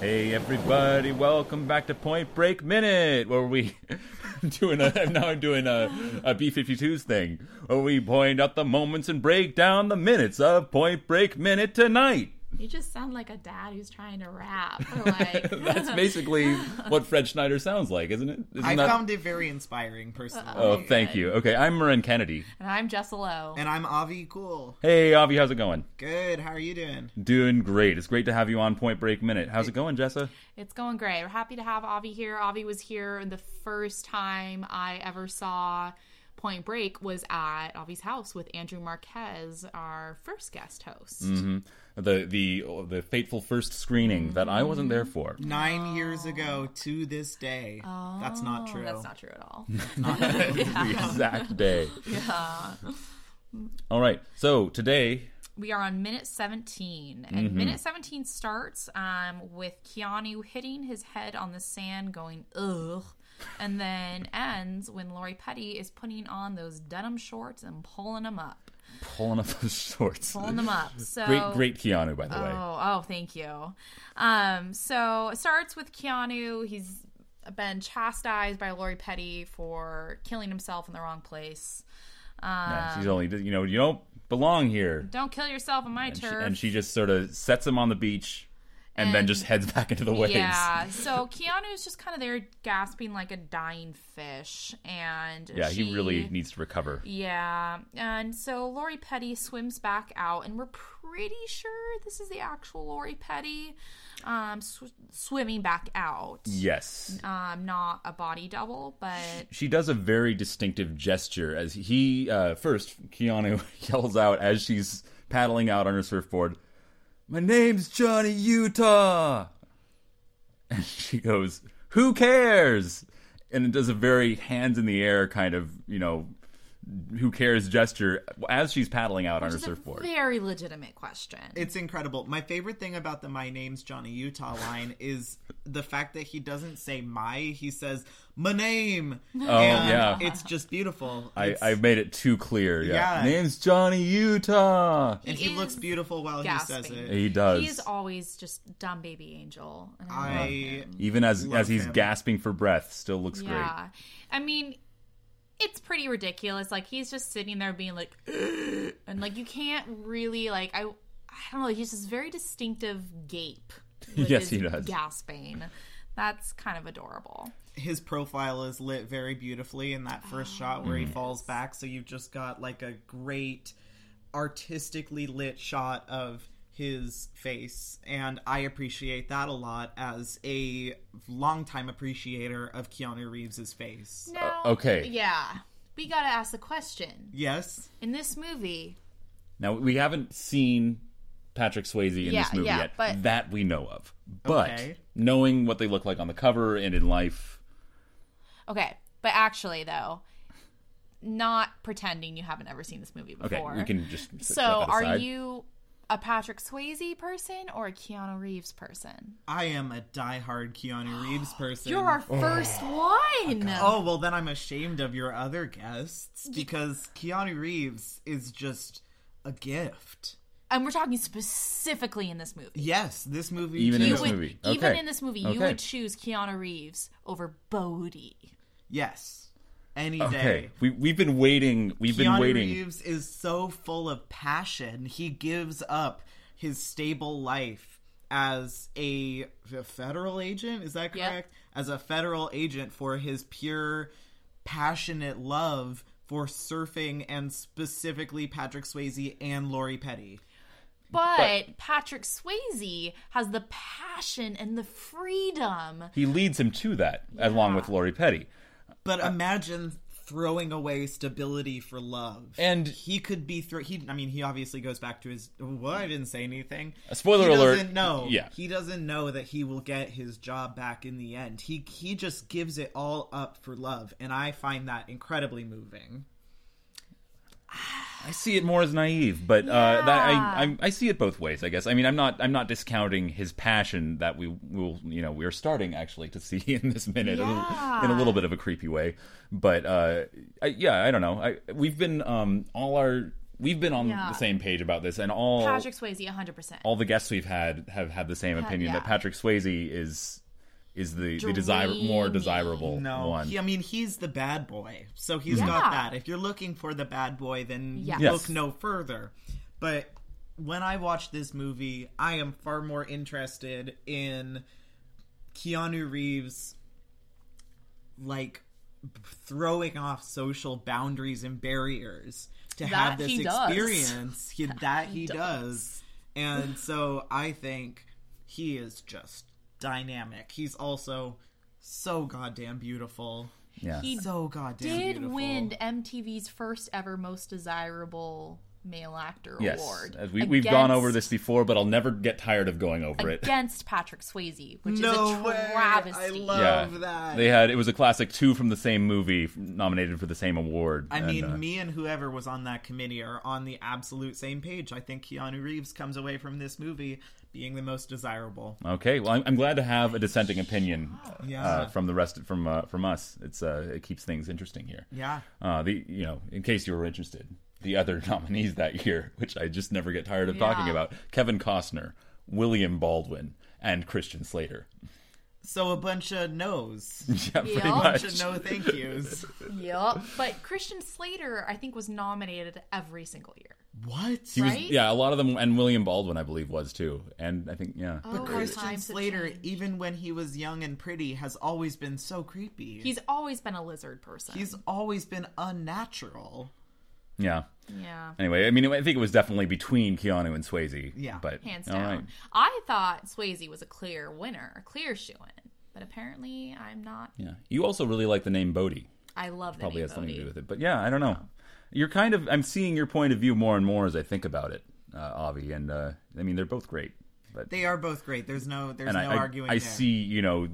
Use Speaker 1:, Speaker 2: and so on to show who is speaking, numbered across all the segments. Speaker 1: Hey everybody, welcome back to Point Break Minute, where we doing a now I'm doing a, a B52s thing, where we point out the moments and break down the minutes of Point Break Minute tonight.
Speaker 2: You just sound like a dad who's trying to rap. Like
Speaker 1: That's basically what Fred Schneider sounds like, isn't it? Isn't
Speaker 3: I
Speaker 1: that-
Speaker 3: found it very inspiring personally.
Speaker 1: Oh, thank you. Okay, I'm Marin Kennedy.
Speaker 2: And I'm Jess Lowe.
Speaker 3: And I'm Avi Cool.
Speaker 1: Hey Avi, how's it going?
Speaker 3: Good. How are you doing?
Speaker 1: Doing great. It's great to have you on Point Break Minute. How's it going, Jessa?
Speaker 2: It's going great. We're happy to have Avi here. Avi was here the first time I ever saw Point Break was at Avi's house with Andrew Marquez, our first guest host.
Speaker 1: The the the fateful first screening that I wasn't there for.
Speaker 3: Nine years ago to this day. that's not true.
Speaker 2: Oh. That's not true at all.
Speaker 1: the exact day. Yeah. All right. So today,
Speaker 2: we are on minute 17 and minute 17 starts um, with keanu hitting his head on the sand going ugh and then ends when lori petty is putting on those denim shorts and pulling them up
Speaker 1: pulling up those shorts.
Speaker 2: pulling them up so
Speaker 1: Great, great Keanu, by the way.
Speaker 2: Oh, oh, thank you. Um, so it starts with Keanu. He's been chastised by Lori Petty for killing himself in the wrong place.
Speaker 1: Yeah, she's only, you know, you don't belong here.
Speaker 2: Don't kill yourself on my
Speaker 1: And she,
Speaker 2: turf.
Speaker 1: and she just sort of sets him on the beach and, then
Speaker 2: And-
Speaker 1: just heads back into the waves.
Speaker 2: Yeah. So Keanu's just kind of there gasping like a dying fish. And
Speaker 1: Yeah,
Speaker 2: she-
Speaker 1: he really needs to recover.
Speaker 2: Yeah. And so Lori Petty swims back out, and we're pretty sure this is the actual Lori Petty um, sw- swimming back out.
Speaker 1: Yes.
Speaker 2: Um, not a body double, but
Speaker 1: She does a very distinctive gesture as he, uh, first, Keanu yells out as she's paddling out on her surfboard, My name's Johnny Utah! And she goes, Who cares? And it does a very hands in the air kind of, you know, who cares gesture as she's paddling out on her
Speaker 2: it's a
Speaker 1: surfboard.
Speaker 2: very legitimate question.
Speaker 3: It's incredible. My favorite thing about the My Name's Johnny Utah line is the fact that he doesn't say my, he says my name. Oh, and
Speaker 1: yeah.
Speaker 3: It's just beautiful.
Speaker 1: I,
Speaker 3: It's-
Speaker 1: I made it too clear. Yeah.
Speaker 3: Yeah.
Speaker 1: Name's Johnny Utah!
Speaker 3: and he
Speaker 2: is
Speaker 3: looks beautiful while he says
Speaker 2: gasping.
Speaker 3: it.
Speaker 1: He does.
Speaker 2: He's always just dumb baby angel. And I love
Speaker 3: I
Speaker 1: Even as,
Speaker 3: Love
Speaker 1: as he's
Speaker 3: him.
Speaker 1: gasping for breath, still looks great.
Speaker 2: Yeah. I mean, it's pretty ridiculous. Like he's just sitting there being like and like you can't really like I I don't know, he's just very distinctive gape. with
Speaker 1: Yes,
Speaker 2: his
Speaker 1: he does.
Speaker 2: Gasping. That's kind of adorable.
Speaker 3: his profile is lit very beautifully in that first shot
Speaker 2: Oh.
Speaker 3: where he falls back so you've just got like a great artistically lit shot of his face and i appreciate that a lot as a longtime appreciator of keanu reeves's face
Speaker 2: Now,
Speaker 1: Uh, okay.
Speaker 2: Yeah. We got to ask the question.
Speaker 3: yes
Speaker 2: In this movie,
Speaker 1: Now we haven't seen Patrick Swayze in
Speaker 2: Yeah,
Speaker 1: this movie
Speaker 2: yeah,
Speaker 1: yet.
Speaker 2: but-
Speaker 1: that we know of. But
Speaker 3: Okay.
Speaker 1: knowing what they look like on the cover and in life,
Speaker 2: okay, but actually though, not pretending you haven't ever seen this movie
Speaker 1: okay,
Speaker 2: before.
Speaker 1: we can just set
Speaker 2: So,
Speaker 1: that
Speaker 2: are
Speaker 1: aside.
Speaker 2: you a Patrick Swayze person or a Keanu Reeves person?
Speaker 3: i am a diehard keanu reeves person
Speaker 2: You're our
Speaker 1: Oh.
Speaker 2: first one.
Speaker 3: Oh, well, then I'm ashamed of your other guests because Keanu Reeves is just a gift.
Speaker 2: And we're talking specifically in this movie.
Speaker 3: Yes, this movie.
Speaker 1: Even in
Speaker 2: You
Speaker 1: this
Speaker 2: would,
Speaker 1: movie.
Speaker 2: Even
Speaker 1: Okay.
Speaker 2: in this movie, you
Speaker 1: Okay.
Speaker 2: would choose Keanu Reeves over Bodie.
Speaker 3: Yes. Any
Speaker 1: Okay,
Speaker 3: day.
Speaker 1: we we've been waiting. We've been
Speaker 3: Keanu
Speaker 1: waiting.
Speaker 3: Reeves is so full of passion. He gives up his stable life as a, a federal agent. Is that
Speaker 2: Yeah.
Speaker 3: correct? As a federal agent for his pure, passionate love for surfing and specifically Patrick Swayze and Lori Petty.
Speaker 2: But, Patrick Swayze has the passion and the freedom.
Speaker 1: He leads him to that, along with Lori Petty.
Speaker 3: But imagine throwing away stability for love.
Speaker 1: And-
Speaker 3: he could be through. He, I mean, he obviously goes back to his. Well, I didn't say anything.
Speaker 1: A spoiler
Speaker 3: he
Speaker 1: alert.
Speaker 3: Doesn't know.
Speaker 1: Yeah.
Speaker 3: He doesn't know that he will get his job back in the end. He he just gives it all up for love, and I find that incredibly moving.
Speaker 1: I see it more as naive, but uh, that, I, I I see it both ways. I guess. I mean, I'm not I'm not discounting his passion that we will you know we're starting actually to see in this minute in a- in, a, little bit of a creepy way. But uh, I, yeah, I don't know. I, we've been um, all our We've been on
Speaker 2: Yeah.
Speaker 1: the same page about this, and all
Speaker 2: Patrick Swayze, 100%.
Speaker 1: all the guests we've had have had the same opinion
Speaker 2: yeah.
Speaker 1: that Patrick Swayze is is the the desire more
Speaker 2: Dreamy.
Speaker 1: desirable
Speaker 3: No,
Speaker 1: one.
Speaker 3: he- I mean he's the bad boy, so he's
Speaker 2: Yeah.
Speaker 3: got that. If you're looking for the bad boy, then
Speaker 2: Yes.
Speaker 1: Yes.
Speaker 3: look no further. But when I watch this movie, I am far more interested in Keanu Reeves, like throwing off social boundaries and barriers to have
Speaker 2: That
Speaker 3: this
Speaker 2: he does.
Speaker 3: experience he, that he
Speaker 2: does.
Speaker 3: does. And so I think he is just dynamic. He's also so goddamn beautiful.
Speaker 1: Yeah.
Speaker 2: He
Speaker 3: So goddamn
Speaker 2: did
Speaker 3: beautiful.
Speaker 2: win MTV's first ever Most Desirable Male Actor
Speaker 1: yes,
Speaker 2: award.
Speaker 1: As we, we've gone over this before, but I'll never get tired of going over it.
Speaker 2: against Patrick Swayze, which is
Speaker 3: No
Speaker 2: a
Speaker 3: way.
Speaker 2: travesty.
Speaker 3: I love
Speaker 1: yeah,
Speaker 3: that.
Speaker 1: they had it was a classic two from the same movie nominated for the same award.
Speaker 3: I
Speaker 1: and,
Speaker 3: mean,
Speaker 1: uh,
Speaker 3: me and whoever was on that committee are on the absolute same page. I think Keanu Reeves comes away from this movie being the most desirable.
Speaker 1: okay. Well, I'm, I'm glad to have a dissenting opinion
Speaker 3: Yeah.
Speaker 1: uh, from the rest from uh, from us. It's uh, it keeps things interesting here.
Speaker 3: yeah.
Speaker 1: Uh, the you know, in case you were interested, the other nominees that year, which I just never get tired of talking
Speaker 2: Yeah.
Speaker 1: about, Kevin Costner, William Baldwin, and Christian Slater.
Speaker 3: So a bunch of no's.
Speaker 1: Yeah, pretty
Speaker 2: Yeah.
Speaker 3: a bunch
Speaker 1: much.
Speaker 3: of no thank yous.
Speaker 2: Yup. But Christian Slater, I think, was nominated every single year.
Speaker 3: what?
Speaker 1: He was-
Speaker 2: right?
Speaker 1: yeah, a lot of them, and William Baldwin, I believe, was too. And I think, yeah,
Speaker 2: Oh,
Speaker 3: But
Speaker 2: how
Speaker 3: Christian
Speaker 2: times have
Speaker 3: Slater,
Speaker 2: changed.
Speaker 3: even when he was young and pretty, has always been so creepy.
Speaker 2: He's always been a lizard person.
Speaker 3: He's always been unnatural.
Speaker 1: yeah.
Speaker 2: yeah.
Speaker 1: Anyway, I mean, I think it was definitely between Keanu and Swayze.
Speaker 3: Yeah.
Speaker 1: but
Speaker 2: Hands
Speaker 1: all
Speaker 2: down.
Speaker 1: right.
Speaker 2: I thought Swayze was a clear winner, a clear shoe in. But apparently I'm not
Speaker 1: Yeah, you also really like the name Bodie.
Speaker 2: I love the
Speaker 1: Probably
Speaker 2: name
Speaker 1: has something to do
Speaker 2: Bodhi.
Speaker 1: with it. But yeah, I don't know.
Speaker 3: Oh.
Speaker 1: You're kind of. I'm seeing your point of view more and more as I think about it, uh, Avi. And uh, I mean, they're both great. But
Speaker 3: They are both great. There's no there's
Speaker 1: and
Speaker 3: no
Speaker 1: I, I,
Speaker 3: arguing
Speaker 1: I
Speaker 3: there.
Speaker 1: see, you know,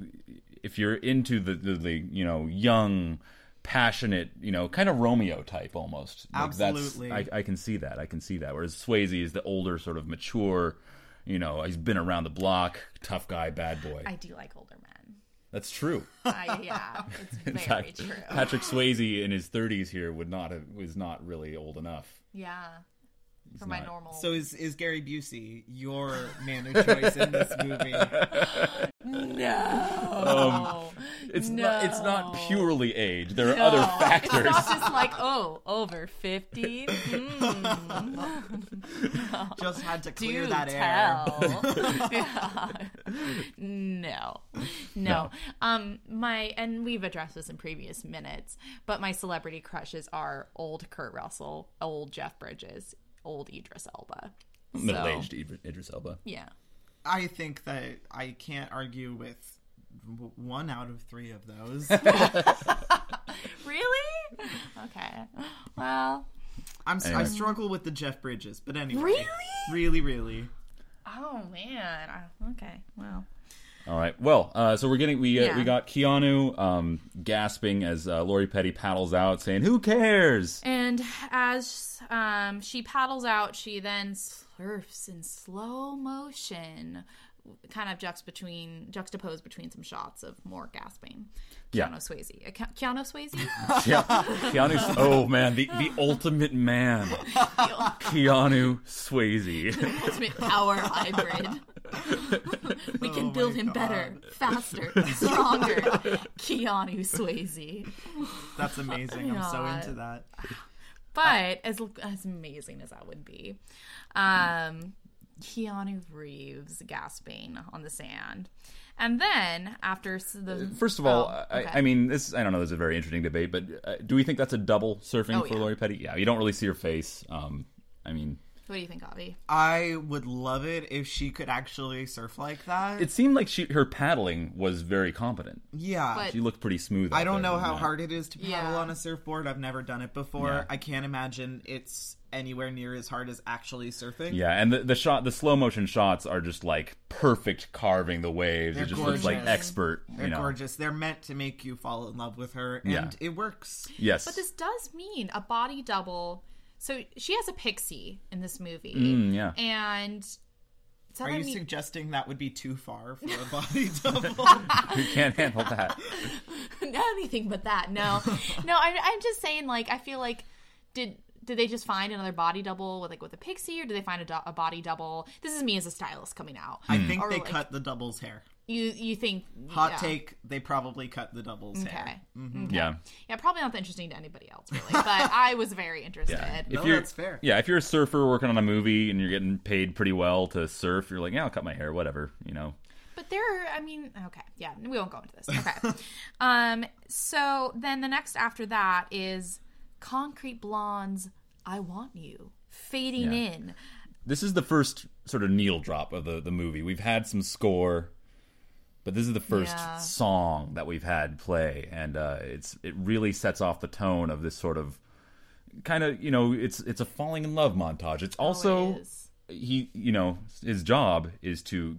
Speaker 1: if you're into the, the, the you know young, passionate, you know, kind of Romeo type almost. Like, that's-
Speaker 3: Absolutely.
Speaker 1: I, I can see that. I can see that. Whereas Swayze is the older, sort of mature. You know, he's been around the block, tough guy, bad boy.
Speaker 2: I do like older men.
Speaker 1: That's true.
Speaker 2: I, yeah.
Speaker 1: In
Speaker 2: It's very
Speaker 1: fact,
Speaker 2: true.
Speaker 1: Patrick Swayze in his 30s here would not have, was not really old enough.
Speaker 2: Yeah. For my
Speaker 1: not.
Speaker 2: normal
Speaker 3: So is is Gary Busey your man of choice in this movie?
Speaker 2: No.
Speaker 1: Um, It's not. It's not
Speaker 2: No.
Speaker 1: purely age. There are other factors.
Speaker 2: It's not just like, oh, over Hmm, 50?
Speaker 3: Just had to clear
Speaker 2: Do
Speaker 3: that air.
Speaker 2: tell. Yeah. no. no. Um, my, and we've addressed this in previous minutes, but my celebrity crushes are old Kurt Russell, old Jeff Bridges, old Idris Elba. So,
Speaker 1: Middle-aged Idris- Idris Elba.
Speaker 2: Yeah.
Speaker 3: I think that I can't argue with w- one out of three of those.
Speaker 2: Really? Okay. Well,
Speaker 3: I'm, s I
Speaker 1: Anyway.
Speaker 3: I struggle with the Jeff Bridges, but anyway,
Speaker 2: Really?
Speaker 3: really, really.
Speaker 2: oh man. I- Okay. Well.
Speaker 1: All right. Well, uh, so we're getting we uh,
Speaker 2: Yeah.
Speaker 1: we got Keanu um, gasping as uh, Lori Petty paddles out, saying, "Who cares?"
Speaker 2: And as um, she paddles out, she then surfs in slow motion, kind of juxt between, juxtaposed between some shots of more gasping. Keanu
Speaker 1: Yeah.
Speaker 2: Swayze. Uh, Ke- Keanu Swayze?
Speaker 1: Yeah. Keanu. Oh man, the the ultimate man, Keanu Swayze.
Speaker 2: Ultimate power hybrid. we can
Speaker 3: Oh
Speaker 2: build
Speaker 3: my
Speaker 2: him better, faster, stronger. Keanu Swayze.
Speaker 3: That's amazing. I'm so into that.
Speaker 2: But as as amazing as that would be, um, Keanu Reeves gasping on the sand, and then after s- the
Speaker 1: First of all,
Speaker 2: Oh, okay.
Speaker 1: I, I mean, this I don't know. This is a very interesting debate, but uh, do we think that's a double surfing
Speaker 2: Oh,
Speaker 1: for
Speaker 2: yeah.
Speaker 1: Lori Petty? Yeah, you don't really see her face. Um, I mean,
Speaker 2: what do you think, Avi?
Speaker 3: I would love it if she could actually surf like that.
Speaker 1: it seemed like she her paddling was very competent.
Speaker 3: yeah.
Speaker 2: But-
Speaker 1: She looked pretty smooth.
Speaker 3: I
Speaker 1: out
Speaker 3: don't
Speaker 1: there
Speaker 3: know
Speaker 1: in
Speaker 3: how
Speaker 1: that.
Speaker 3: hard it is to paddle
Speaker 2: Yeah.
Speaker 3: on a surfboard. I've never done it before.
Speaker 1: Yeah.
Speaker 3: I can't imagine it's anywhere near as hard as actually surfing.
Speaker 1: Yeah, and the, the shot, the slow motion shots are just like perfect carving the waves.
Speaker 3: They're
Speaker 1: it just looks like
Speaker 3: gorgeous.
Speaker 1: expert.
Speaker 3: They're
Speaker 1: you know.
Speaker 3: gorgeous. They're meant to make you fall in love with her, and
Speaker 1: Yeah.
Speaker 3: it works.
Speaker 1: Yes.
Speaker 2: But this does mean a body double. So she has a pixie in this movie,
Speaker 1: Mm, yeah.
Speaker 2: and so
Speaker 3: Are
Speaker 2: that
Speaker 3: you
Speaker 2: mean-
Speaker 3: suggesting that would be too far for a body double?
Speaker 1: We can't handle that.
Speaker 2: anything but that. No, no, I'm, I'm just saying. Like, I feel like did did they just find another body double with like with a pixie, or did they find a, do- a body double? This is me as a stylist coming out.
Speaker 3: I think
Speaker 2: Or,
Speaker 3: they
Speaker 2: like-
Speaker 3: cut the doubles hair.
Speaker 2: You you think
Speaker 3: Hot
Speaker 2: yeah.
Speaker 3: take, Mm-hmm. they probably cut the doubles hair.
Speaker 2: Okay.
Speaker 1: Yeah.
Speaker 2: Yeah, probably not that interesting to anybody else, really. But I was very interested.
Speaker 1: Yeah.
Speaker 3: No,
Speaker 1: you're,
Speaker 3: that's fair.
Speaker 1: Yeah, if you're a surfer working on a movie and you're getting paid pretty well to surf, you're like, yeah, I'll cut my hair, whatever, you know.
Speaker 2: But there are, I mean, okay, yeah, we won't go into this. Okay. um, so then the next after that is Concrete Blonde's I Want You fading
Speaker 1: Yeah.
Speaker 2: in.
Speaker 1: This is the first sort of needle drop of the, the movie. We've had some score, but this is the first
Speaker 2: Yeah.
Speaker 1: song that we've had play, and uh, it's it really sets off the tone of this sort of kind of you know it's it's a falling in love montage. It's also
Speaker 2: Oh, is.
Speaker 1: he you know his job is to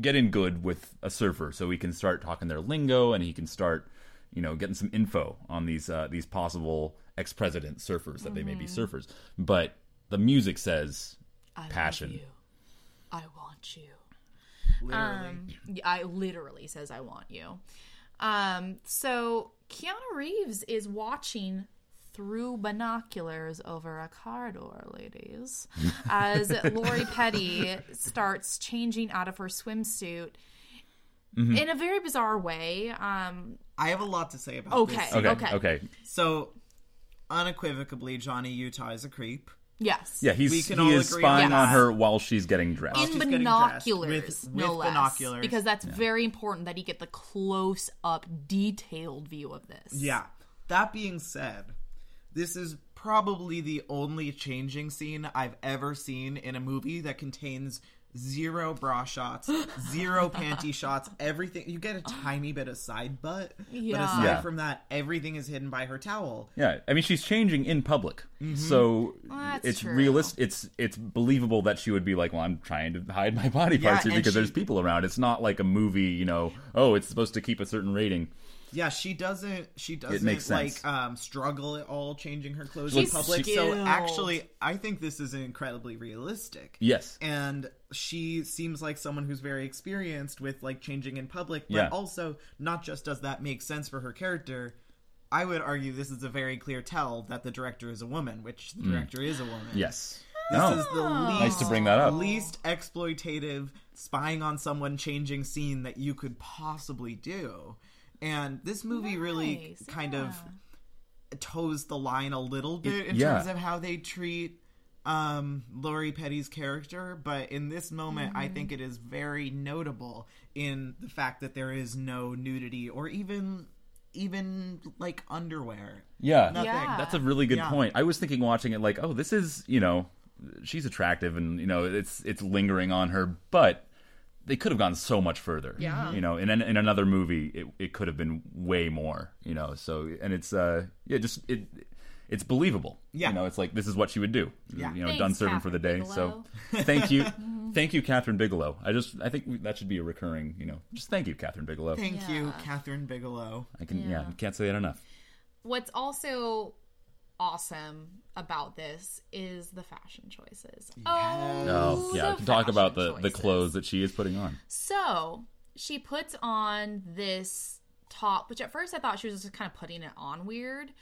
Speaker 1: get in good with a surfer so he can start talking their lingo and he can start you know getting some info on these uh, these possible ex-president surfers that they may
Speaker 2: Mm-hmm.
Speaker 1: be surfers but the music says
Speaker 2: I
Speaker 1: Passion.
Speaker 2: Love you. I want you.
Speaker 3: Literally.
Speaker 2: Yeah, Um, I literally says I want you. Um, so Keanu Reeves is watching through binoculars over a corridor, ladies, as Lori Petty starts changing out of her swimsuit in a very bizarre way. Um,
Speaker 3: I have a lot to say about
Speaker 2: Okay.
Speaker 3: this.
Speaker 1: okay okay,
Speaker 2: Okay.
Speaker 3: So, unequivocally, Johnny Utah is a creep.
Speaker 2: yes.
Speaker 1: yeah he's
Speaker 3: We can
Speaker 1: he
Speaker 3: all
Speaker 1: is
Speaker 3: agree on
Speaker 1: spying on
Speaker 3: that.
Speaker 1: her while she's getting dressed
Speaker 3: While
Speaker 2: In
Speaker 3: she's getting dressed
Speaker 2: binoculars,
Speaker 3: with-
Speaker 2: no
Speaker 3: with
Speaker 2: less,
Speaker 3: binoculars.
Speaker 2: because that's very important that he get the close-up, detailed view of this.
Speaker 3: Yeah. That being said, this is probably the only changing scene I've ever seen in a movie that contains zero bra shots, zero panty shots, everything. You get a tiny bit of side butt, but
Speaker 2: Yeah.
Speaker 3: aside
Speaker 1: Yeah.
Speaker 3: from that, everything is hidden by her towel.
Speaker 1: yeah i mean she's changing in public
Speaker 3: Mm-hmm.
Speaker 1: so
Speaker 2: that's
Speaker 1: it's
Speaker 2: true.
Speaker 1: realistic it's it's believable that she would be like well i'm trying to hide my body
Speaker 3: Yeah,
Speaker 1: parts here
Speaker 3: and
Speaker 1: because there's
Speaker 3: she-
Speaker 1: people around it's not like a movie you know oh it's supposed to keep a certain rating
Speaker 3: Yeah, she doesn't. She doesn't
Speaker 1: makes sense.
Speaker 3: like um, struggle at all changing her clothes
Speaker 2: She's
Speaker 3: in public.
Speaker 2: skilled.
Speaker 3: So actually, I think this is incredibly realistic.
Speaker 1: yes
Speaker 3: and she seems like someone who's very experienced with like changing in public but
Speaker 1: Yeah.
Speaker 3: also not just does that make sense for her character i would argue this is a very clear tell that the director is a woman which the director is a woman
Speaker 1: Yes.
Speaker 3: this
Speaker 1: No.
Speaker 3: is the least,
Speaker 1: Nice to Mm. Oh. bring that
Speaker 2: Uh,
Speaker 1: up.
Speaker 3: least exploitative spying on someone changing scene that you could possibly do and this movie really
Speaker 2: Nice,
Speaker 3: kind
Speaker 2: yeah.
Speaker 3: of toes the line a little bit in
Speaker 1: yeah.
Speaker 3: terms of how they treat um Lori Petty's character, but in this moment I think
Speaker 2: Mm-hmm.
Speaker 3: it is very notable in the fact that there is no nudity or even even like underwear.
Speaker 1: Yeah.
Speaker 3: Nothing.
Speaker 2: Yeah.
Speaker 1: That's a really good
Speaker 3: Yeah.
Speaker 1: point. I was thinking watching it like, oh, this is, you know, she's attractive and, you know, it's it's lingering on her, but they could have gone so much further.
Speaker 2: Yeah.
Speaker 3: Mm-hmm.
Speaker 1: You know, in an, in another movie it it could have been way more, you know. So and it's uh yeah, just it it's believable.
Speaker 3: Yeah.
Speaker 1: You know, it's like this is what she would do.
Speaker 3: Yeah.
Speaker 1: You know,
Speaker 2: Thanks,
Speaker 1: done serving for the day.
Speaker 2: Catherine Mm-hmm.
Speaker 1: So thank you. thank you Catherine Bigelow. I just I think we, that should be a recurring, you know. Just thank you Catherine Bigelow.
Speaker 3: Thank you, Catherine Bigelow.
Speaker 1: I can yeah, can't say that enough.
Speaker 2: What's also awesome about this is the fashion choices.
Speaker 1: Oh
Speaker 2: the
Speaker 1: yeah, we can talk about the,
Speaker 2: fashion
Speaker 1: the
Speaker 2: choices.
Speaker 1: clothes that she is putting on.
Speaker 2: So she puts on this top, which at first I thought she was just kind of putting it on weird.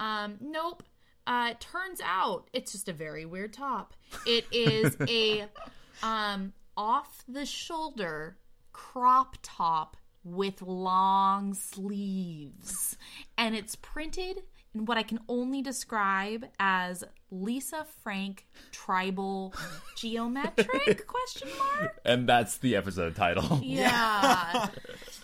Speaker 2: Um, nope. Uh, it turns out it's just a very weird top. It is a um, off the shoulder crop top with long sleeves, and it's printed in what I can only describe as Lisa Frank tribal geometric question mark.
Speaker 1: And that's the episode title.
Speaker 2: Yeah.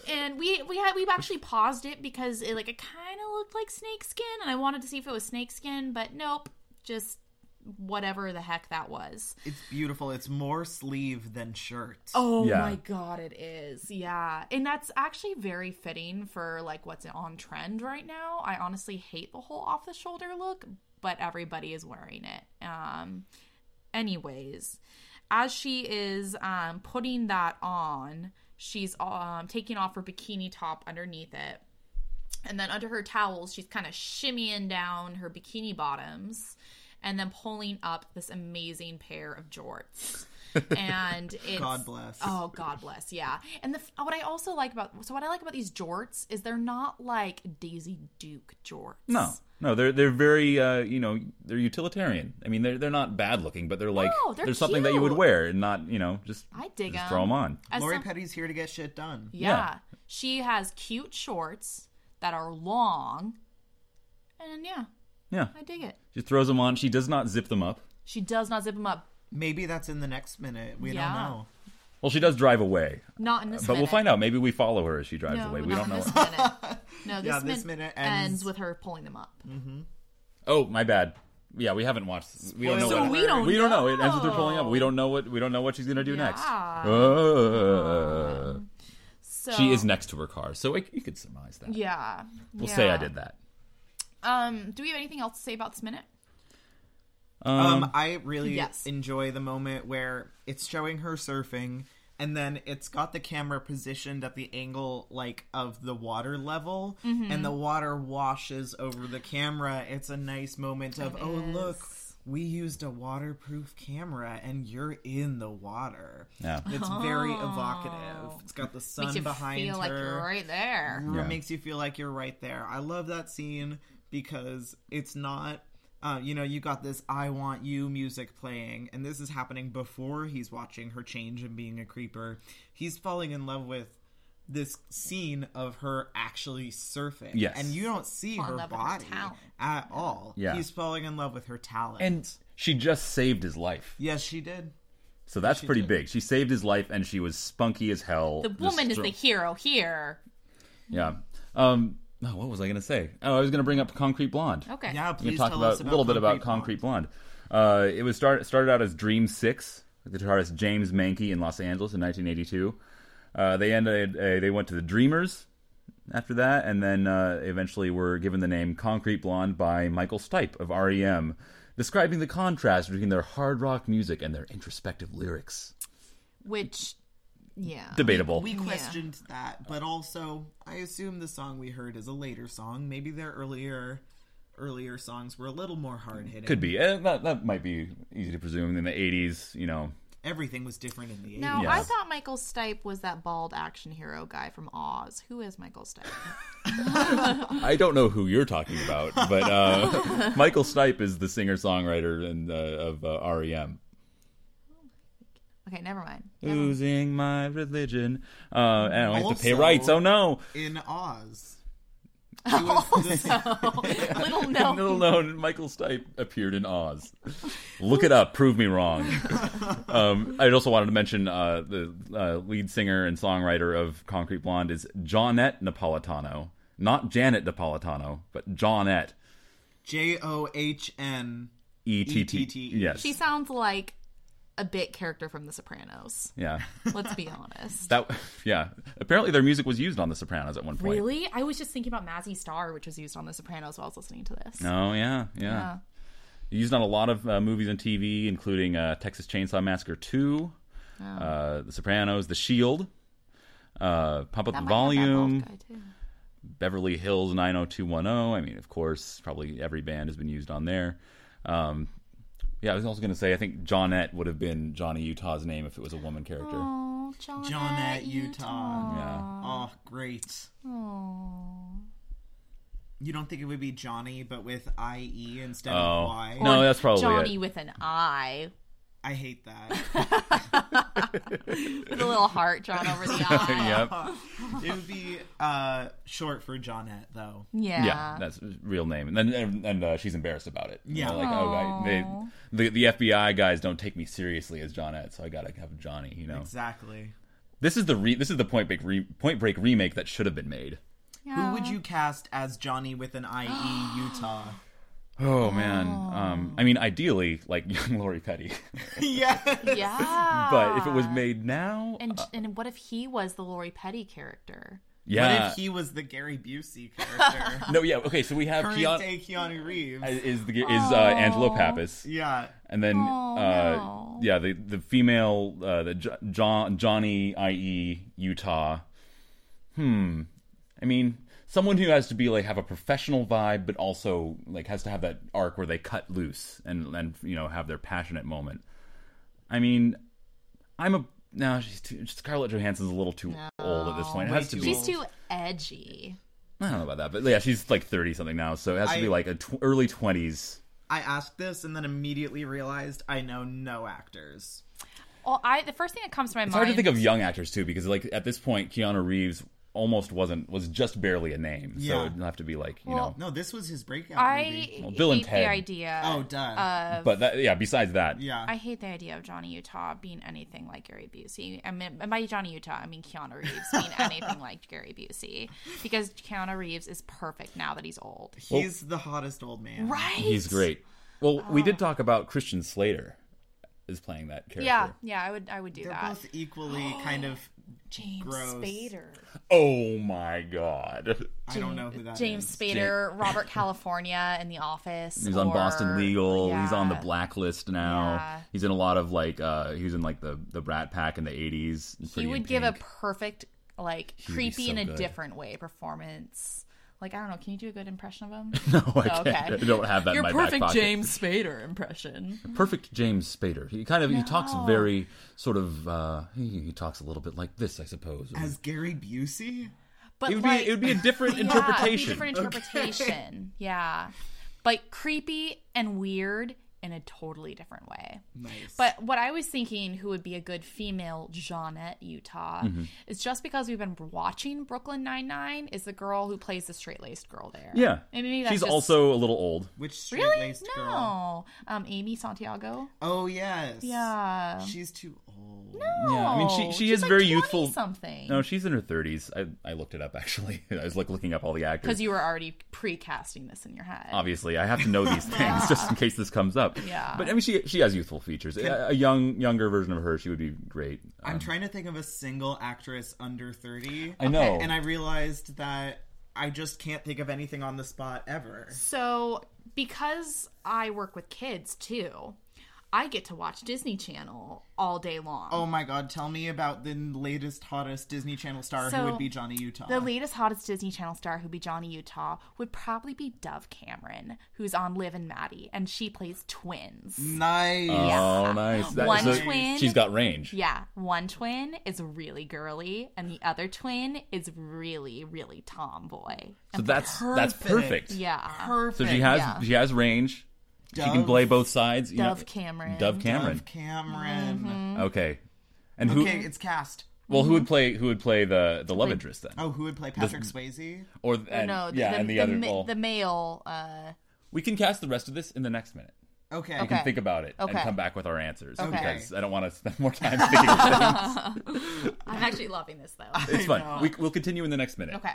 Speaker 2: and we we had we've actually paused it because it like it kind of looked like snake skin and I wanted to see if it was snake skin, but nope, just whatever the heck that was.
Speaker 3: It's beautiful. It's more sleeve than shirt.
Speaker 2: Oh
Speaker 1: Yeah.
Speaker 2: my god, it is. Yeah. And that's actually very fitting for like what's on trend right now. I honestly hate the whole off the shoulder look, but everybody is wearing it. Um anyways, as she is um putting that on, she's um taking off her bikini top underneath it. And then under her towels, she's kind of shimmying down her bikini bottoms and then pulling up this amazing pair of jorts. and it's
Speaker 3: God bless.
Speaker 2: Oh, God bless. Yeah. And the f- what I also like about so what I like about these jorts is they're not like Daisy Duke jorts.
Speaker 1: No, no, they're they're very uh, you know they're utilitarian. I mean, they're they're not bad looking, but they're like
Speaker 2: No, Oh, they're
Speaker 1: there's something that you would
Speaker 2: cute.
Speaker 1: wear and not you know just
Speaker 2: I dig
Speaker 1: just
Speaker 2: 'em.
Speaker 1: throw them on.
Speaker 2: As
Speaker 3: Lori
Speaker 2: some-
Speaker 3: Petty's here to get shit done.
Speaker 2: yeah.
Speaker 1: Yeah.
Speaker 2: She has cute shorts that are long. And yeah,
Speaker 1: Yeah,
Speaker 2: I dig it.
Speaker 1: she throws them on. She does not zip them up.
Speaker 2: She does not zip them up.
Speaker 3: Maybe that's in the next minute. We
Speaker 2: Yeah.
Speaker 3: don't know.
Speaker 1: Well, she does drive away,
Speaker 2: Not in this
Speaker 1: but
Speaker 2: minute.
Speaker 1: we'll find out. Maybe we follow her as she drives
Speaker 2: No,
Speaker 1: away. We
Speaker 2: not
Speaker 1: don't
Speaker 2: in
Speaker 1: know.
Speaker 2: This minute. No, this,
Speaker 3: Yeah,
Speaker 2: min-
Speaker 3: this minute
Speaker 2: ends...
Speaker 3: ends-
Speaker 2: with her pulling them up.
Speaker 1: Oh, my bad. Yeah, we haven't watched. We don't know. what,
Speaker 3: Spoiler.
Speaker 2: So we don't
Speaker 1: We don't know. It ends with her
Speaker 2: know.
Speaker 1: pulling up. We don't know what. We don't know what she's gonna do next.
Speaker 2: Yeah. Ah.
Speaker 1: Uh,
Speaker 2: So
Speaker 1: she is next to her car, so it, you could surmise that.
Speaker 2: Yeah.
Speaker 1: We'll say I did that.
Speaker 2: Um, do we have anything else to say about this minute?
Speaker 3: Um, I really
Speaker 2: Yes.
Speaker 3: enjoy the moment where it's showing her surfing, and then it's got the camera positioned at the angle like of the water level, and
Speaker 2: Mm-hmm.
Speaker 3: the water washes over the camera. It's a nice moment of oh look, we used a waterproof camera, and you're in the water.
Speaker 1: Yeah.
Speaker 3: It's very evocative. It's got the sun
Speaker 2: Makes you
Speaker 3: behind
Speaker 2: feel
Speaker 3: her.
Speaker 2: like you're right there.
Speaker 1: Yeah.
Speaker 3: It makes you feel like you're right there. I love that scene because it's not, uh, you know, you got this I want you music playing, and this is happening before he's watching her change and being a creeper. He's falling in love with this scene of her actually surfing.
Speaker 1: Yes.
Speaker 3: And you don't see
Speaker 2: in
Speaker 3: her
Speaker 2: love with her
Speaker 3: body
Speaker 2: talent.
Speaker 3: at all.
Speaker 1: Yeah.
Speaker 3: He's falling in love with her talent.
Speaker 1: And she just saved his life.
Speaker 3: yes, she did.
Speaker 1: So that's pretty big. She saved his life, and she was spunky as hell.
Speaker 2: The woman is
Speaker 1: Just-
Speaker 2: the hero here.
Speaker 1: yeah. Um, oh, what was I gonna say? Oh, I was gonna bring up Concrete Blonde.
Speaker 2: Okay.
Speaker 3: Yeah,
Speaker 1: I'm gonna
Speaker 3: please
Speaker 1: talk
Speaker 3: tell
Speaker 1: about,
Speaker 3: us
Speaker 1: a little bit about Concrete Blonde. Uh, it was start, started out as Dream Six, the guitarist James Mankey in Los Angeles in 1982. Uh, they ended. Uh, they went to the Dreamers after that, and then uh, eventually were given the name Concrete Blonde by Michael Stipe of REM, describing the contrast between their hard rock music and their introspective lyrics.
Speaker 2: Which, yeah.
Speaker 1: Debatable.
Speaker 3: We questioned that, but also I assume the song we heard is a later song. Maybe their earlier earlier songs were a little more hard hitting.
Speaker 1: Could be. Eh, that, that might be easy to presume. In the 80s, you know.
Speaker 3: Everything was different in the 80s.
Speaker 2: Now, I
Speaker 1: Yes.
Speaker 2: thought Michael Stipe was that bald action hero guy from Oz. Who is Michael Stipe?
Speaker 1: I don't know who you're talking about, but uh, Michael Stipe is the singer songwriter and uh, of uh, REM.
Speaker 2: okay, never mind.
Speaker 1: Losing my religion. Uh, and I have to pay
Speaker 3: Also-
Speaker 1: rights. Oh no.
Speaker 3: In Oz. He was the-
Speaker 1: Mm.
Speaker 2: Little no.
Speaker 1: Little known Michael Stipe appeared in Oz. Look it up. Prove me wrong. um, I also wanted to mention uh, the uh, lead singer and songwriter of Concrete Blonde is Johnette Napolitano. Not Janet Napolitano, but Johnette.
Speaker 3: J O H N.
Speaker 1: E T T.
Speaker 3: ETT.
Speaker 1: Yes.
Speaker 2: She sounds like a bit character from The Sopranos.
Speaker 1: Yeah.
Speaker 2: Let's be honest.
Speaker 1: That yeah. Apparently their music was used on The Sopranos at one point.
Speaker 2: Really? I was just thinking about Mazzy Star, which was used on The Sopranos while I was listening to this.
Speaker 1: Oh yeah, yeah. Used on a lot of uh, movies and TV, including uh, Texas Chainsaw Massacre Two,
Speaker 2: Oh.
Speaker 1: uh, The Sopranos, The Shield, uh, Pump Up the
Speaker 2: That might have that bald
Speaker 1: Volume,
Speaker 2: guy, too.
Speaker 1: Beverly Hills 90210. I mean, of course, probably every band has been used on there. Um, yeah, I was also going to say I think Johnette would have been Johnny Utah's name if it was a woman character.
Speaker 2: Oh, John,
Speaker 3: John
Speaker 2: at
Speaker 3: at
Speaker 2: Utah.
Speaker 3: Utah.
Speaker 1: Yeah.
Speaker 3: Oh, great.
Speaker 2: Aw.
Speaker 3: You don't think it would be Johnny, but with I E instead
Speaker 1: Oh
Speaker 3: of Y?
Speaker 1: no, that's probably
Speaker 2: Johnny
Speaker 1: it.
Speaker 2: with an eye,
Speaker 3: I hate that.
Speaker 2: with a little heart drawn over the eye.
Speaker 1: yep.
Speaker 3: it would be uh, short for Johnette, though.
Speaker 2: Yeah.
Speaker 1: Yeah, that's his real name, and then and, and uh, she's embarrassed about it. You know, like
Speaker 3: Yeah.
Speaker 1: oh, I, they,
Speaker 2: Aw.
Speaker 1: the the FBI guys don't take me seriously as John Ed, so I gotta have Johnny. You know,
Speaker 3: Exactly.
Speaker 1: this is the re- this is the Point Break re- Point Break remake that should have been made.
Speaker 2: Yeah.
Speaker 3: Who would you cast as Johnny with an I E Utah?
Speaker 1: Oh man, um, I mean, ideally like young Lori Petty,
Speaker 3: yeah.
Speaker 2: Yeah.
Speaker 1: but if it was made now,
Speaker 2: and and what if he was the Lori Petty character?
Speaker 1: yeah,
Speaker 3: What if he was the Gary Busey character?
Speaker 1: no, yeah, okay, so we have
Speaker 3: Current
Speaker 1: Keanu
Speaker 3: day Keanu Reeves.
Speaker 1: is the, is uh, Angela Pappas,
Speaker 3: yeah.
Speaker 1: and then
Speaker 2: Oh,
Speaker 1: uh,
Speaker 2: no.
Speaker 1: yeah, the the female uh, the jo- John Johnny I.E. Utah. Hmm. I mean, someone who has to be like have a professional vibe, but also like has to have that arc where they cut loose and and you know have their passionate moment. I mean, I'm a no. She's too, Scarlett Johansson's a little too old at this point. It
Speaker 3: way
Speaker 1: has to
Speaker 3: too
Speaker 1: be.
Speaker 2: She's too edgy.
Speaker 1: I don't know about that, but yeah, she's like thirty something now, so it has to be
Speaker 3: I-
Speaker 1: like a tw- early twenties.
Speaker 3: I asked this and then immediately realized I know no actors.
Speaker 2: Well, I the first thing that comes to my
Speaker 1: It's
Speaker 2: mind.
Speaker 1: hard to think of young actors too, because like at this point, Keanu Reeves almost wasn't was just barely a name, so
Speaker 3: Yeah.
Speaker 1: it'd have to be like you
Speaker 2: Well,
Speaker 1: know.
Speaker 3: No, this was his breakout
Speaker 2: I
Speaker 3: movie.
Speaker 1: Well, Bill and
Speaker 2: hate
Speaker 1: Ted.
Speaker 2: the idea.
Speaker 3: Oh, duh.
Speaker 2: of
Speaker 1: But that, yeah, besides that,
Speaker 3: yeah.
Speaker 2: I hate the idea of Johnny Utah being anything like Gary Busey. I mean, and by Johnny Utah, I mean Keanu Reeves being anything like Gary Busey, because Keanu Reeves is perfect now that he's old.
Speaker 3: He's the hottest old man.
Speaker 2: Right?
Speaker 1: he's great. Well, we
Speaker 2: Uh,
Speaker 1: did talk about Christian Slater is playing that character.
Speaker 2: Yeah, yeah, I would, I would do
Speaker 3: They're
Speaker 2: that.
Speaker 3: both equally kind of.
Speaker 2: James
Speaker 3: gross.
Speaker 2: Spader,
Speaker 1: Oh my god.
Speaker 3: I don't know who that is.
Speaker 2: James Spader, Robert California in The Office.
Speaker 1: He's on Boston
Speaker 2: or-
Speaker 1: Legal. He's on the
Speaker 2: yeah.
Speaker 1: blacklist now.
Speaker 2: Yeah.
Speaker 1: He's in a lot of like uh he was in like the the Brat Pack in the 80s.
Speaker 2: He
Speaker 1: Pretty in
Speaker 2: would give a
Speaker 1: Pink.
Speaker 2: perfect, like
Speaker 1: would be
Speaker 2: creepy
Speaker 1: so
Speaker 2: in a
Speaker 1: good.
Speaker 2: different way performance. Like I don't know, can you do a good impression of him?
Speaker 1: No, I can't.
Speaker 2: Oh, okay.
Speaker 1: I don't have that in
Speaker 2: Your
Speaker 1: my back
Speaker 2: perfect
Speaker 1: pocket.
Speaker 2: James Spader impression.
Speaker 1: Perfect James Spader. He kind of he talks very sort of uh he, he talks a little bit like this, I suppose.
Speaker 3: As Gary Busey?
Speaker 2: But
Speaker 1: it would be
Speaker 2: like,
Speaker 1: it would be a different
Speaker 2: yeah, it'd be
Speaker 1: interpretation.
Speaker 2: different interpretation. Yeah, but creepy and weird in a totally different way.
Speaker 3: Nice.
Speaker 2: But what I was thinking, who would be a good female Jeanette Utah,
Speaker 1: Mm-hmm.
Speaker 2: is just because we've been watching Brooklyn Nine Nine, is the girl who plays the straight laced girl there.
Speaker 1: Yeah.
Speaker 2: and maybe that's
Speaker 1: She's
Speaker 2: just-
Speaker 1: also a little old.
Speaker 3: Which straight
Speaker 2: really
Speaker 3: laced girl?
Speaker 2: no, um, Amy Santiago.
Speaker 3: Oh, yes.
Speaker 2: Yeah,
Speaker 3: She's too old.
Speaker 1: Yeah, I mean, she-
Speaker 2: No,
Speaker 1: she
Speaker 2: she's
Speaker 1: is
Speaker 2: like
Speaker 1: very
Speaker 2: 20
Speaker 1: youthful.
Speaker 2: Something.
Speaker 1: No, she's in her 30s. I I looked it up actually. I was like looking up all the actors.
Speaker 2: because you were already pre-casting this in your head.
Speaker 1: obviously i have to know these things just in case this comes up
Speaker 2: Yeah.
Speaker 1: but i mean she she has youthful features a, a young younger version of her she would be great
Speaker 3: I'm trying to think of a single actress under 30.
Speaker 1: Um, i know
Speaker 3: And I realized that I just can't think of anything on the spot ever.
Speaker 2: So, because I work with kids too, I get to watch Disney Channel all day long.
Speaker 3: Oh my god, tell me about the latest, hottest Disney Channel star
Speaker 2: So,
Speaker 3: who would be Johnny Utah.
Speaker 2: The latest hottest Disney Channel star who'd be Johnny Utah would probably be Dove Cameron, who's on Liv and Maddie, and she plays twins.
Speaker 1: Mm.
Speaker 3: nice.
Speaker 1: oh nice That-
Speaker 2: One
Speaker 1: so
Speaker 2: twin.
Speaker 1: she's got range
Speaker 2: Yeah, one twin is really girly, and the other twin is really, really tomboy.
Speaker 1: so that's that's perfect
Speaker 3: Perfect.
Speaker 2: Yeah.
Speaker 1: so
Speaker 3: Perfect.
Speaker 1: she has
Speaker 2: Yeah.
Speaker 1: she has range she can
Speaker 3: Dove-
Speaker 1: play both sides you know-
Speaker 2: Dove Cameron.
Speaker 1: dove cameron
Speaker 3: Dove Cameron.
Speaker 2: Mm-hmm.
Speaker 1: okay and who
Speaker 3: Okay, it's cast.
Speaker 1: well who would play who would play the the love interest then
Speaker 3: Oh, who would play Patrick Swayze?
Speaker 1: or and,
Speaker 2: Oh, No, the,
Speaker 1: yeah
Speaker 2: the,
Speaker 1: and the,
Speaker 2: the
Speaker 1: other
Speaker 2: ma-
Speaker 1: well,
Speaker 2: the male. Uh,
Speaker 1: we can cast the rest of this in the next minute
Speaker 3: Okay.
Speaker 1: we can
Speaker 2: Okay.
Speaker 1: think about it and
Speaker 2: Okay.
Speaker 1: come back with our answers
Speaker 3: Okay.
Speaker 1: because I don't want to spend more time thinking of things.
Speaker 2: I'm actually loving this though.
Speaker 1: It's fun. We, we'll continue in the next minute.
Speaker 2: Okay.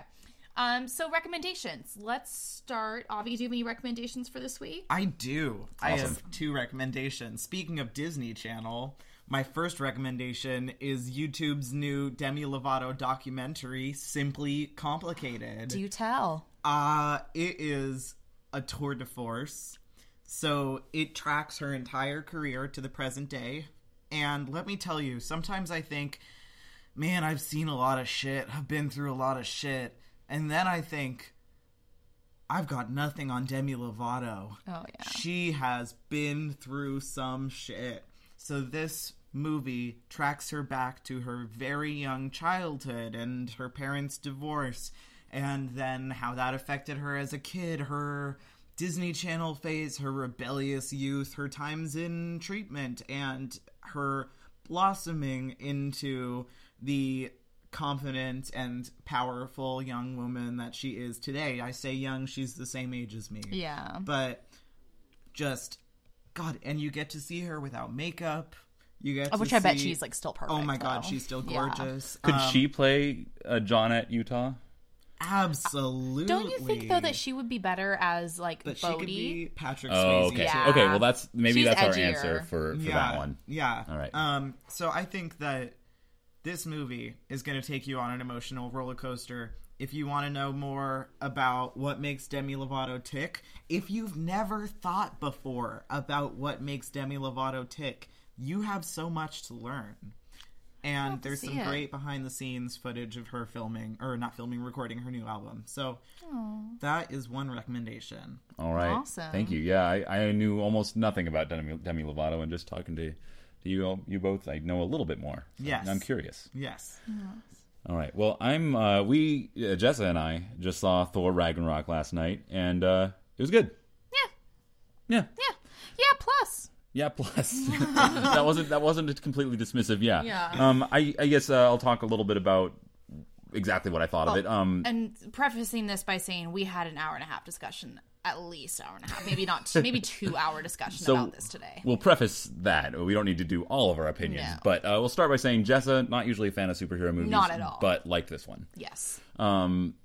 Speaker 2: Um, so recommendations. Let's start. Avi, do you have any recommendations for this week?
Speaker 3: I do. I have two recommendations. Speaking of Disney Channel, my first recommendation is YouTube's new Demi Lovato documentary, Simply Complicated.
Speaker 2: Do tell.
Speaker 3: Uh, it is a tour de force. So it tracks her entire career to the present day. And let me tell you, sometimes I think, man, I've seen a lot of shit. I've been through a lot of shit. And then I think, I've got nothing on Demi Lovato.
Speaker 2: Oh yeah.
Speaker 3: She has been through some shit. So this movie tracks her back to her very young childhood and her parents' divorce and then how that affected her as a kid, her Disney Channel phase, her rebellious youth, her times in treatment and her blossoming into the confident and powerful young woman that she is today. I say young, she's the same age as me
Speaker 2: Yeah.
Speaker 3: but just God, and you get to see her without makeup. You get
Speaker 2: Which
Speaker 3: to
Speaker 2: I bet
Speaker 3: see-
Speaker 2: she's like still perfect.
Speaker 3: Oh my God,
Speaker 2: though.
Speaker 3: she's still
Speaker 2: Yeah.
Speaker 3: gorgeous.
Speaker 1: Could
Speaker 3: Um,
Speaker 1: she play uh, John at Utah?
Speaker 3: Absolutely.
Speaker 2: Don't you think though that she would be better as like
Speaker 3: But she could
Speaker 2: Bodhi?
Speaker 3: be Patrick
Speaker 1: Oh,
Speaker 3: Swayze
Speaker 1: okay.
Speaker 3: too.
Speaker 2: Yeah.
Speaker 1: Okay, well that's maybe
Speaker 2: She's
Speaker 1: that's our
Speaker 2: edgier.
Speaker 1: answer for, for
Speaker 3: yeah,
Speaker 1: that one.
Speaker 3: Yeah.
Speaker 1: All right.
Speaker 3: Um. So I think that this movie is going to take you on an emotional roller coaster. If you want to know more about what makes Demi Lovato tick, if you've never thought before about what makes Demi Lovato tick, you have so much to learn. And there's
Speaker 2: see
Speaker 3: some
Speaker 2: it.
Speaker 3: great behind the scenes footage of her filming, or not filming, recording her new album. So that is one recommendation.
Speaker 1: All right.
Speaker 2: Awesome.
Speaker 1: Thank you. Yeah, I, I knew almost nothing about Demi, Demi Lovato and just talking to you you both I know a little bit more.
Speaker 3: Yes.
Speaker 1: I'm curious.
Speaker 3: Yes.
Speaker 1: All right. Well, I'm uh, we uh, Jessa and I just saw Thor Ragnarok last night, and uh, it was good.
Speaker 2: Yeah.
Speaker 1: Yeah.
Speaker 2: Yeah. Yeah, plus.
Speaker 1: Yeah. Plus, that wasn't that wasn't completely dismissive. Yeah.
Speaker 2: Yeah.
Speaker 1: Um. I I guess uh, I'll talk a little bit about exactly what I thought of it. Um.
Speaker 2: And prefacing this by saying we had an hour and a half discussion, at least hour and a half, maybe not two, maybe two hour discussion
Speaker 1: So-
Speaker 2: about this today.
Speaker 1: We'll preface that. We don't need to do all of our opinions,
Speaker 2: No.
Speaker 1: but uh, we'll start by saying Jessa, not usually a fan of superhero movies,
Speaker 2: Not at all.
Speaker 1: but liked this one.
Speaker 2: Yes.
Speaker 1: Um,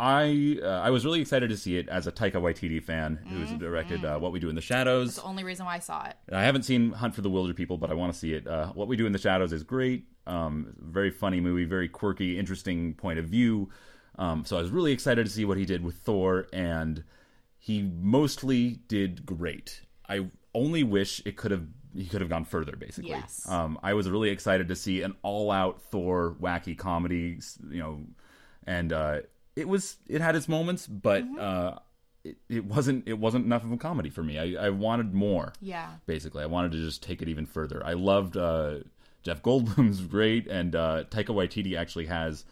Speaker 1: I uh, I was really excited to see it as a Taika Waititi fan who's directed uh, What We Do in the Shadows.
Speaker 2: It's the only reason why I saw it.
Speaker 1: I haven't seen Hunt for the Wilder People, but I want to see it. Uh, what We Do in the Shadows is great. Um, very funny movie, very quirky, interesting point of view. Um, so I was really excited to see what he did with Thor, and he mostly did great. I only wish it could have he could have gone further. Basically,
Speaker 2: Yes.
Speaker 1: um, I was really excited to see an all-out Thor wacky comedy. s- You know, and uh, it was it had its moments, but uh, it, it wasn't it wasn't enough of a comedy for me. I, I wanted more
Speaker 2: Yeah.
Speaker 1: basically. I wanted to just take it even further. I loved uh, Jeff Goldblum's great, and uh, Taika Waititi actually has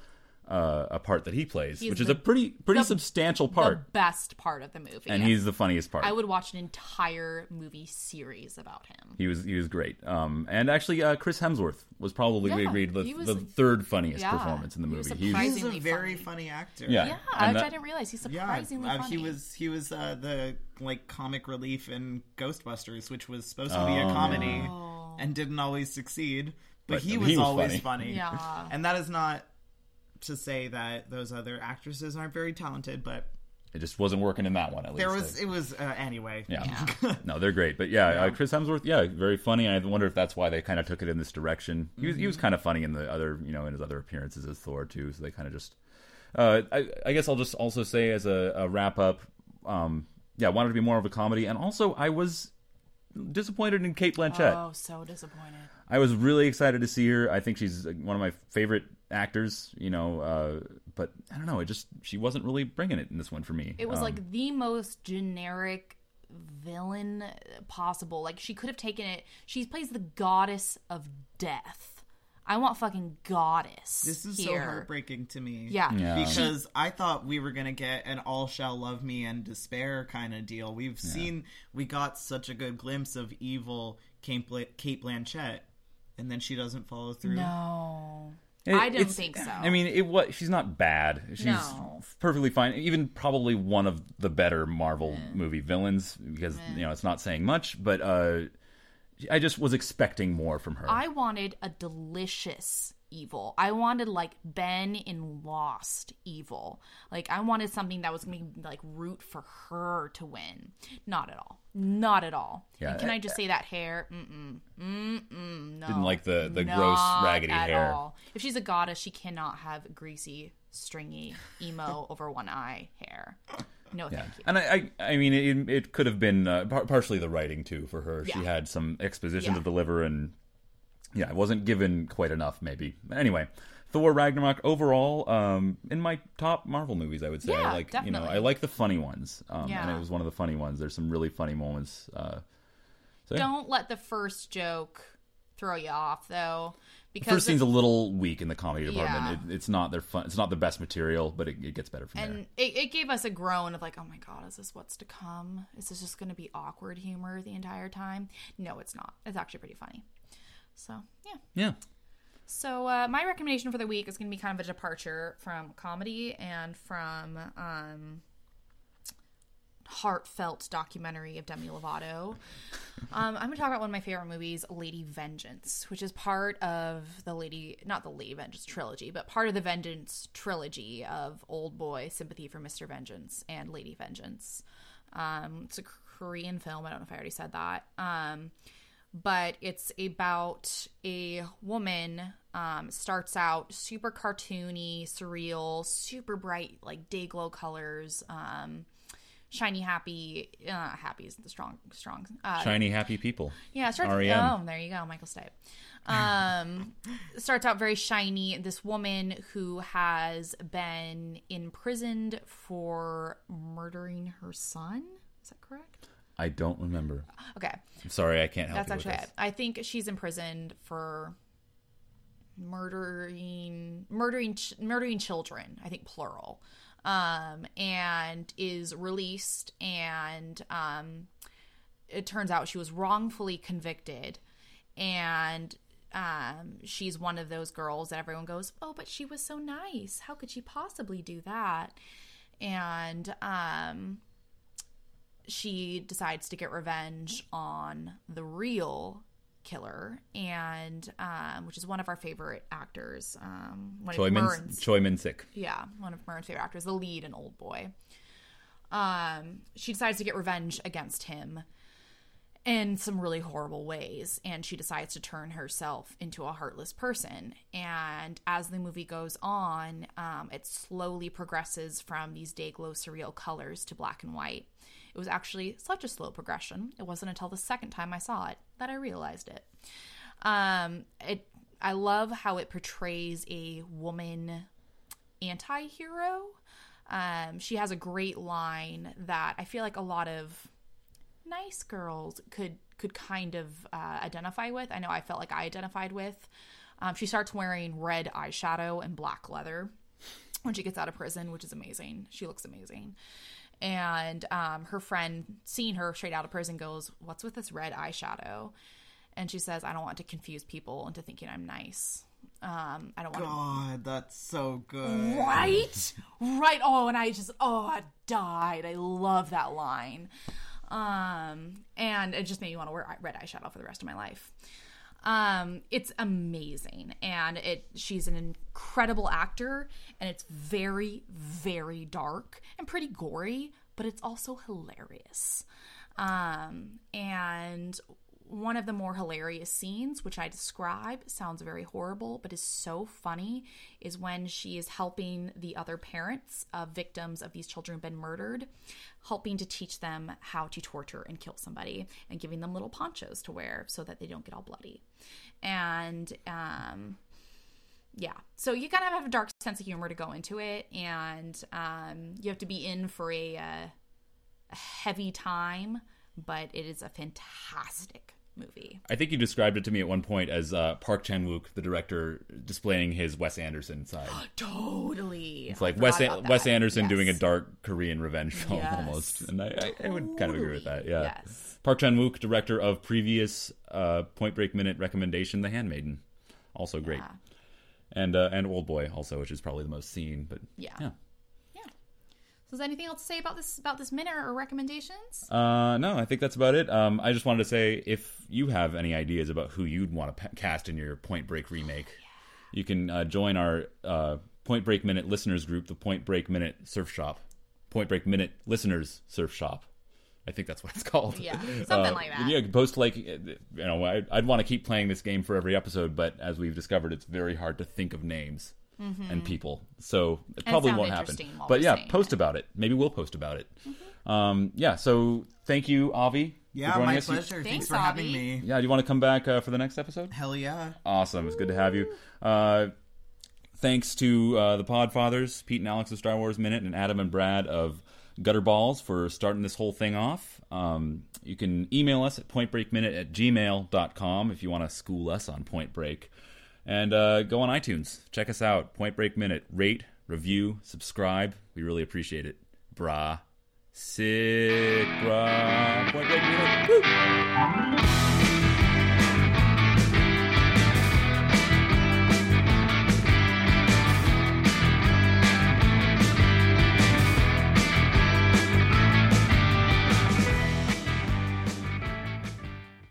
Speaker 1: uh, a part that he plays,
Speaker 2: He's
Speaker 1: which is
Speaker 2: the-
Speaker 1: a pretty pretty
Speaker 2: the-
Speaker 1: substantial
Speaker 2: The
Speaker 1: part,
Speaker 2: best part of the movie.
Speaker 1: and he's the funniest part.
Speaker 2: I would watch an entire movie series about him.
Speaker 1: he was he was great, um, and actually uh, Chris Hemsworth was probably we
Speaker 2: Yeah,
Speaker 1: agreed the,
Speaker 2: he was-
Speaker 1: the third funniest
Speaker 2: yeah,
Speaker 1: performance in the
Speaker 2: he was
Speaker 1: movie.
Speaker 2: surprising.
Speaker 1: He's
Speaker 3: He's a
Speaker 2: Surprisingly
Speaker 3: very
Speaker 2: funny.
Speaker 3: funny actor.
Speaker 1: Yeah.
Speaker 2: Yeah,
Speaker 1: And
Speaker 2: which
Speaker 1: that-
Speaker 2: I didn't realize he's
Speaker 3: Yeah,
Speaker 2: surprisingly
Speaker 3: uh,
Speaker 2: funny.
Speaker 3: he was he was uh, the like comic relief in Ghostbusters, which was supposed to be a comedy
Speaker 2: Oh.
Speaker 3: and didn't always succeed, Oh. but,
Speaker 1: But
Speaker 3: he
Speaker 1: he
Speaker 3: was,
Speaker 1: was funny.
Speaker 3: always funny.
Speaker 2: Yeah.
Speaker 3: and that is not to say that those other actresses aren't very talented, but
Speaker 1: it just wasn't working in that one. At least
Speaker 3: there was it was uh, anyway.
Speaker 1: Yeah. no, they're great. But yeah, Uh, Chris Hemsworth, yeah, very funny. I wonder if that's why they kind of took it in this direction. He was he
Speaker 2: Mm-hmm.
Speaker 1: was kind of funny in the other, you know, in his other appearances as Thor too. So they kind of just. Uh, I, I guess I'll just also say as a, a wrap up, um, yeah, I wanted to be more of a comedy, and also I was disappointed in Kate Blanchett.
Speaker 2: Oh, so disappointed.
Speaker 1: I was really excited to see her. I think she's uh, one of my favorite actors, you know. Uh, but I don't know, it just she wasn't really bringing it in this one for me.
Speaker 2: It was
Speaker 1: Um,
Speaker 2: like the most generic villain possible. Like she could have taken it. She plays the goddess of death. I want fucking goddess.
Speaker 3: This is
Speaker 2: here.
Speaker 3: so heartbreaking to me.
Speaker 2: Yeah.
Speaker 1: Yeah.
Speaker 3: Because I thought we were gonna get an all shall love me and despair kind of deal. We've seen we got such a good glimpse of evil Kate Bla- Kate Blanchett, and then she doesn't follow through.
Speaker 2: No.
Speaker 1: It-
Speaker 2: I don't
Speaker 1: it's-
Speaker 2: think so.
Speaker 1: I mean, it was. She's not bad. She's
Speaker 2: No.
Speaker 1: perfectly fine. Even probably one of the better Marvel movie villains because you know it's not saying much, but uh, I just was expecting more from her.
Speaker 2: I wanted a delicious evil. I wanted like Ben in Lost evil. Like I wanted something that was gonna be, like root for her to win. Not at all. Not at all.
Speaker 1: Yeah,
Speaker 2: and can
Speaker 1: I-
Speaker 2: I just say that hair? Mm-mm. Mm-mm. No.
Speaker 1: Didn't like the the gross raggedy
Speaker 2: at
Speaker 1: hair.
Speaker 2: all. If she's a goddess, she cannot have greasy, stringy, emo over one eye hair. No,
Speaker 1: Yeah.
Speaker 2: thank you.
Speaker 1: And I, I, I mean, it, it could have been uh, par- partially the writing too for her. She
Speaker 2: Yeah.
Speaker 1: had some exposition
Speaker 2: Yeah.
Speaker 1: to deliver, and yeah, I wasn't given quite enough, maybe. But anyway, Thor Ragnarok overall, um, in my top Marvel movies, I would say,
Speaker 2: Yeah,
Speaker 1: I like you know,
Speaker 2: definitely.
Speaker 1: I like the funny ones, um, and
Speaker 2: Yeah.
Speaker 1: it was one of the funny ones. There's some really funny moments. Uh, so, yeah.
Speaker 2: Don't let the first joke throw you off though, because
Speaker 1: First
Speaker 2: the-
Speaker 1: scene's a little weak in the comedy department.
Speaker 2: Yeah.
Speaker 1: It, it's not their fun. It's not the best material, but it, it gets better from there.
Speaker 2: And it, it gave us a groan of like, oh my god, is this what's to come? Is this just going to be awkward humor the entire time? No, it's not. It's actually pretty funny. So yeah.
Speaker 1: Yeah,
Speaker 2: So uh, my recommendation for the week is going to be kind of a departure from comedy and from um, heartfelt documentary of Demi Lovato. Um, I'm going to talk about one of my favorite movies, Lady Vengeance, which is part of the Lady, not the Lady Vengeance trilogy, but part of the Vengeance trilogy of Old Boy, Sympathy for Mr. Vengeance, and Lady Vengeance. Um, it's a Korean film. I don't know if I already said that. Um, but it's about a woman um, starts out super cartoony surreal super bright like day glow colors um, shiny happy uh, happy is the strong strong uh,
Speaker 1: shiny, happy people.
Speaker 2: yeah, it starts.
Speaker 1: R.E.M..
Speaker 2: Oh, there you go, Michael Stipe. Um, starts out very shiny. This woman who has been imprisoned for murdering her son. Is that correct?
Speaker 1: I don't remember.
Speaker 2: Okay,
Speaker 1: I'm sorry, I can't help
Speaker 2: that's
Speaker 1: you with
Speaker 2: actually it.
Speaker 1: this.
Speaker 2: I think she's imprisoned for murdering murdering ch- murdering children. I think plural. Um, and is released, and um, it turns out she was wrongfully convicted, and um, she's one of those girls that everyone goes, "Oh, but she was so nice. How could she possibly do that?" And um, she decides to get revenge on the real killer and um which is one of our favorite actors um one
Speaker 1: Choi
Speaker 2: of
Speaker 1: Min
Speaker 2: Murren's-
Speaker 1: Choi Min Sik.
Speaker 2: yeah one of Murren's favorite actors the lead in old boy um she decides to get revenge against him in some really horrible ways and she decides to turn herself into a heartless person and as the movie goes on um, it slowly progresses from these day glow surreal colors to black and white it was actually such a slow progression it wasn't until the second time i saw it that i realized it um it i love how it portrays a woman anti-hero um she has a great line that i feel like a lot of nice girls could could kind of uh, identify with. I know I felt like I identified with. Um, she starts wearing red eyeshadow and black leather when she gets out of prison, which is amazing. She looks amazing. And um, her friend, seeing her straight out of prison, goes, "What's with this red eyeshadow?" And she says, "I don't want to confuse people into thinking I'm nice. Um, I don't want to
Speaker 3: God, that's so good.
Speaker 2: Right? Right. Oh, and I just oh, I died. I love that line. Um, and it just made me want to wear eye- red eyeshadow for the rest of my life. Um, it's amazing, and it she's an incredible actor, and it's very, very dark and pretty gory, but it's also hilarious. Um, and one of the more hilarious scenes, which I describe, sounds very horrible, but is so funny, is when she is helping the other parents of victims of these children who've been murdered, helping to teach them how to torture and kill somebody, and giving them little ponchos to wear so that they don't get all bloody. And um, yeah, so you kind of have a dark sense of humor to go into it, and um, you have to be in for a. Uh, heavy time, but it is a fantastic movie.
Speaker 1: I think you described it to me at one point as uh, Park Chan Wook, the director, displaying his Wes Anderson side.
Speaker 2: Uh, Totally.
Speaker 1: It's like Wes An- Wes Anderson doing a
Speaker 2: dark
Speaker 1: dark Korean revenge film
Speaker 2: Yes.
Speaker 1: almost, and I, I, I would kind of agree with that. Yeah.
Speaker 2: Yes.
Speaker 1: Park Chan Wook, director of previous uh, Point Break minute recommendation, The Handmaiden, also great, and uh, and Old Boy also, which is probably the most seen, but
Speaker 2: Yeah.
Speaker 1: yeah.
Speaker 2: Yeah. So is there anything else to say about this about this minute or recommendations?
Speaker 1: Uh, no, I think that's about it. Um, I just wanted to say if you have any ideas about who you'd want to pa- cast in your Point Break
Speaker 2: Oh,
Speaker 1: remake, you can uh, join our uh, Point Break Minute listeners group, the Point Break Minute Surf Shop. Point Break Minute Listeners Surf Shop. I think that's what it's called. Uh,
Speaker 2: Yeah, something like that.
Speaker 1: Yeah, post like, uh, you know, I, I'd want to keep playing this game for every episode, but as we've discovered, it's very hard to think of names
Speaker 2: Mm-hmm.
Speaker 1: and people. So it probably
Speaker 2: sound
Speaker 1: won't happen.
Speaker 2: interesting while
Speaker 1: But
Speaker 2: we're
Speaker 1: yeah,
Speaker 2: saying
Speaker 1: post about it. Maybe we'll post about it. Um, yeah, so thank you, Avi.
Speaker 3: Yeah,
Speaker 1: for joining
Speaker 3: my
Speaker 1: us. You-
Speaker 3: pleasure.
Speaker 2: Thanks,
Speaker 3: Thanks, for having
Speaker 2: Avi.
Speaker 3: me.
Speaker 1: yeah, do you want to come back uh, for the next episode?
Speaker 3: Hell yeah.
Speaker 1: Awesome. It's good to have you. Uh, thanks to uh, the Podfathers, Pete and Alex of Star Wars Minute, and Adam and Brad of Gutter Balls for starting this whole thing off. Um, you can email us at pointbreakminute at gmail.com if you want to school us on Point Break. And uh, go on iTunes. Check us out. Point Break Minute. Rate, review, subscribe. We really appreciate it. Brah. Sick, brah. Point Break Minute. Woo!